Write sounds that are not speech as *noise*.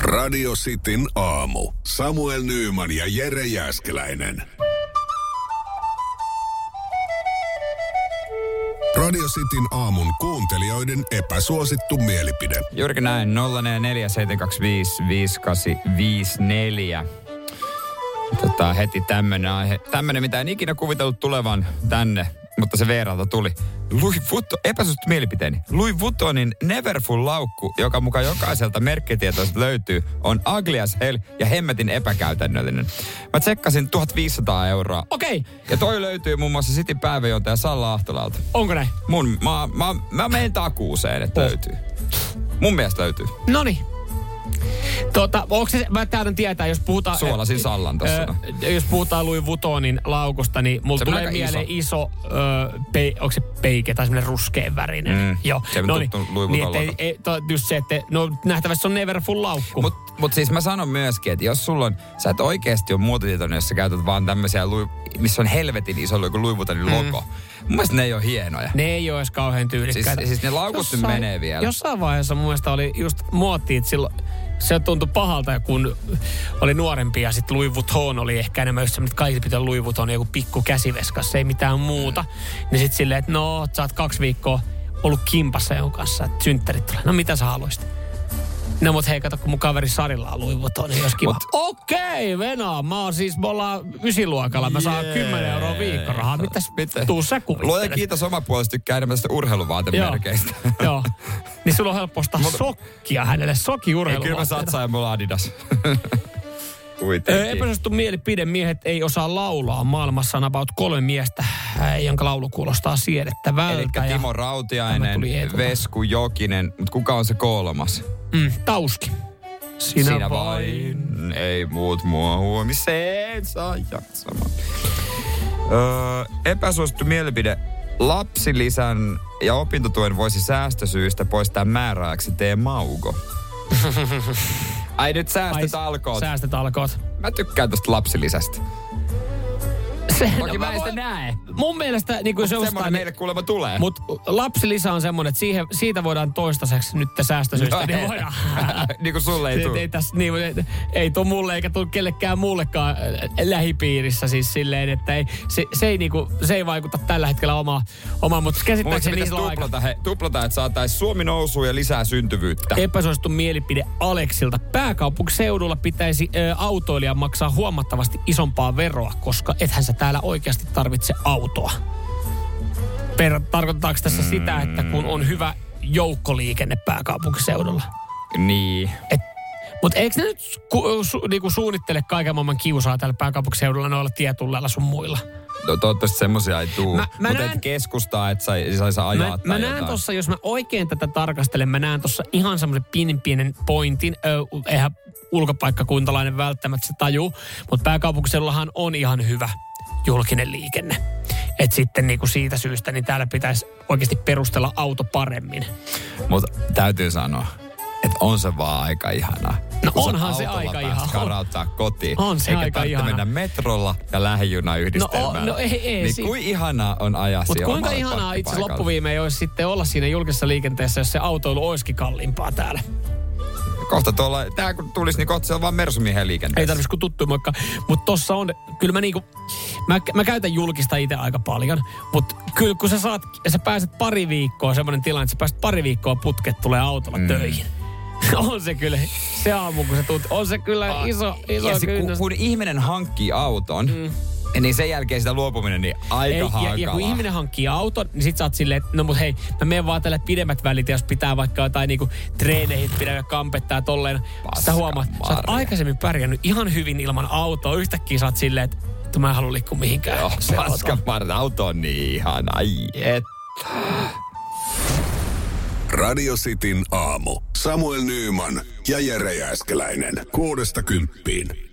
Radio Cityn aamu. Samuel Nyyman ja Jere Jäskeläinen. Radio Cityn aamun kuuntelijoiden epäsuosittu mielipide. Juurikin näin, 0447255854. Tota, heti tämmönen aihe, tämmönen mitä en ikinä kuvitellut tulevan tänne, mutta se Veeralta tuli. Louis Vuitton, epäsuosittu mielipiteeni, Louis Vuittonin Neverfull laukku, joka mukaan jokaiselta merkkitietoista löytyy, on ugly as hell ja hemmetin epäkäytännöllinen. Mä tsekkasin 1500 euroa. Okei, Ja toi löytyy muun muassa City päävejoilta Salla Ahtolalta. onko näin? Mun, mä, mä, mä menen takuuseen, että löytyy. Mun mielestä löytyy. Noni. No niin. Tota, onko se, mä täytän tietää, jos puhutaan... Suolasin Sallan tossa. no. Ö, jos puhutaan Louis Vuittonin laukusta, niin mulla Se on tulee aika mieleen iso, ö, pei, onko se peike tai semmoinen ruskeen värinen. Mm, Joo. se on no niin, tuttu Louis niin, Vuitton ettei- logo. ei, to, just se, että no nähtävästi se on Neverfull laukku. Mut, mut siis mä sanon myöskin, että jos sulla on, sä et oikeesti ole muotitietoinen, jos sä käytät vaan tämmöisiä, lui- missä on helvetin iso joku luivutonin logo. Mun mielestä ne ei ole hienoja. ne ei ole edes kauhean tyylikkäitä. Siis- siis ne laukut nyt menee vielä. Jossain vaiheessa mun mielestä oli just muottiit silloin, se tuntui pahalta, kun oli nuorempi ja sitten Louis Vuitton oli ehkä enemmän just semmoinen, että kaikki pitää olla Louis Vuitton joku pikku käsiveskas, ei mitään muuta. Niin sitten silleen, että no, sä oot kaksi viikkoa ollut kimpassa jonkun kanssa, että synttärit tulee. No mitä sä haluaisit? No mut hei, kato, kun mun kaveri Sarilla on Louis Vuitton, niin jos kiva. Mut- Okei, Venaa, mä oon siis, me ollaan ysiluokalla, mä saan 10 euroa viikkorahaa. Mitäs Mitä? tuu sä kuvittelet? Luoja kiitos oma puolesta tykkää enemmän tästä urheiluvaatemerkeistä. Joo. *laughs* Joo. Niin sulla on helppo ostaa Mutta- sokkia hänelle, Ei, kyllä mä sokiurheiluvaatteita. satsaan ja mulla on Adidas. Ö, Kuitenkin. Epäsuosittu mielipide, miehet ei osaa laulaa. Maailmassa on about kolme miestä, äh, jonka laulu kuulostaa siedettävältä. Eli ja- Timo Tämä Rautiainen, tuli etuna. Vesku Jokinen, mutta kuka on se kolmas? Mm, tauski. Sinä, Ei muut mua huomiseen saa jaksamaan. Öö, epäsuosittu mielipide. Lapsilisän ja opintotuen voisi säästösyistä poistaa määräajaksi tee mauko. *laughs* Ai nyt Ai, säästöt alkoot. Säästöt alkoot. Mä tykkään tosta lapsilisästä. Se, no Toki mä en sitä voin- näe. Mun mielestä niin kuin se Semmoinen ostaa, meille kuulemma tulee. *laughs* Mutta lapsilisä on semmoinen, että siihen, siitä voidaan toistaiseksi nyt säästösyistä. niin voidaan. *laughs* niin kuin sulle ei ei, tule. ei, tässä, niin, ei, ei tuu mulle eikä tuu kellekään muullekaan äh, lähipiirissä siis silleen, että ei, se, se, ei niinku, se ei vaikuta tällä hetkellä omaa, omaa mutta Mun mielestä käsittääkseni pitäisi niillä on aika tuplata, he, tuplata, että saataisiin Suomi nousuun ja lisää syntyvyyttä. epäsuosittu mielipide Aleksilta. Pääkaupunkiseudulla pitäisi ö, autoilijan maksaa huomattavasti isompaa veroa, koska ethän sä täällä oikeasti tarvitse autoa. Per, tarkoittaako tässä sitä, että kun on hyvä joukkoliikenne pääkaupunkiseudulla? Niin. Mutta eikö ne nyt ku, su, niinku suunnittele kaiken maailman kiusaa täällä pääkaupunkiseudulla noilla tietulleilla sun muilla? No, toivottavasti semmosia ei tuu. Mä- Mä, mä mä Mut näen- et keskustaa, et sai, saisi ajaa Mä, tai mä näen jotain. tossa, jos mä oikein tätä tarkastelen, mä näen tossa ihan semmoisen pienen pienen pointin. Ö, eihän ulkopaikkakuntalainen välttämättä se tajuu, mutta pääkaupunkiseudullahan on ihan hyvä julkinen liikenne. Et sitten niinku siitä syystä, niin täällä pitäisi oikeasti perustella auto paremmin. Mut täytyy sanoa, että on se vaan aika ihana. No onhan se aika ihana. karauttaa kotiin. On se Eikä aika tarvitse ihana. mennä metrolla ja lähijunayhdistelmällä. No o- no ei- ei Niin si- kuin ihanaa on ajaa Mutta siellä kuinka omalle ihanaa itse asiassa parkkipaikalle? loppuviimein olisi sitten olla siinä julkisessa liikenteessä, jos se autoilu olisikin kalliimpaa täällä. Kohta tuolla, tää kun tulisi, niin kohta se on vaan mersumiehen liikenteessä. Ei tarvitsisi kuin tuttu moikka. Mutta tossa on, kyllä mä niinku, mä, mä käytän julkista itse aika paljon. Mutta kyllä kun sä saat, sä pääset pari viikkoa, semmoinen tilanne, että sä pääset pari viikkoa putket tulee autolla mm. töihin. *laughs* on se kyllä, se aamu kun sä tuut, on se kyllä iso, iso Ah, ja se, kun, kynnys. kun ihminen hankkii auton, mm. niin sen jälkeen sitä luopuminen niin aika ja, hankalaa. ja kun ihminen hankkii auton, niin sit sä oot silleen, että no mut hei, mä menen vaan tälle pidemmät välit, ja jos pitää vaikka jotain niinku treeneihin pidä kampettaa tolleen. Sä Paskan huomaat, sä oot marja. aikaisemmin pärjännyt ihan hyvin ilman autoa. Yhtäkkiä sä oot silleen, että vittu, mä en halua liikkua mihinkään. Joo, Se auto. paskan parta, auto on niin ihana, ai et. Radio Cityn aamu. Samuel Nyyman ja Jere Jäskeläinen. Kuudesta kymppiin.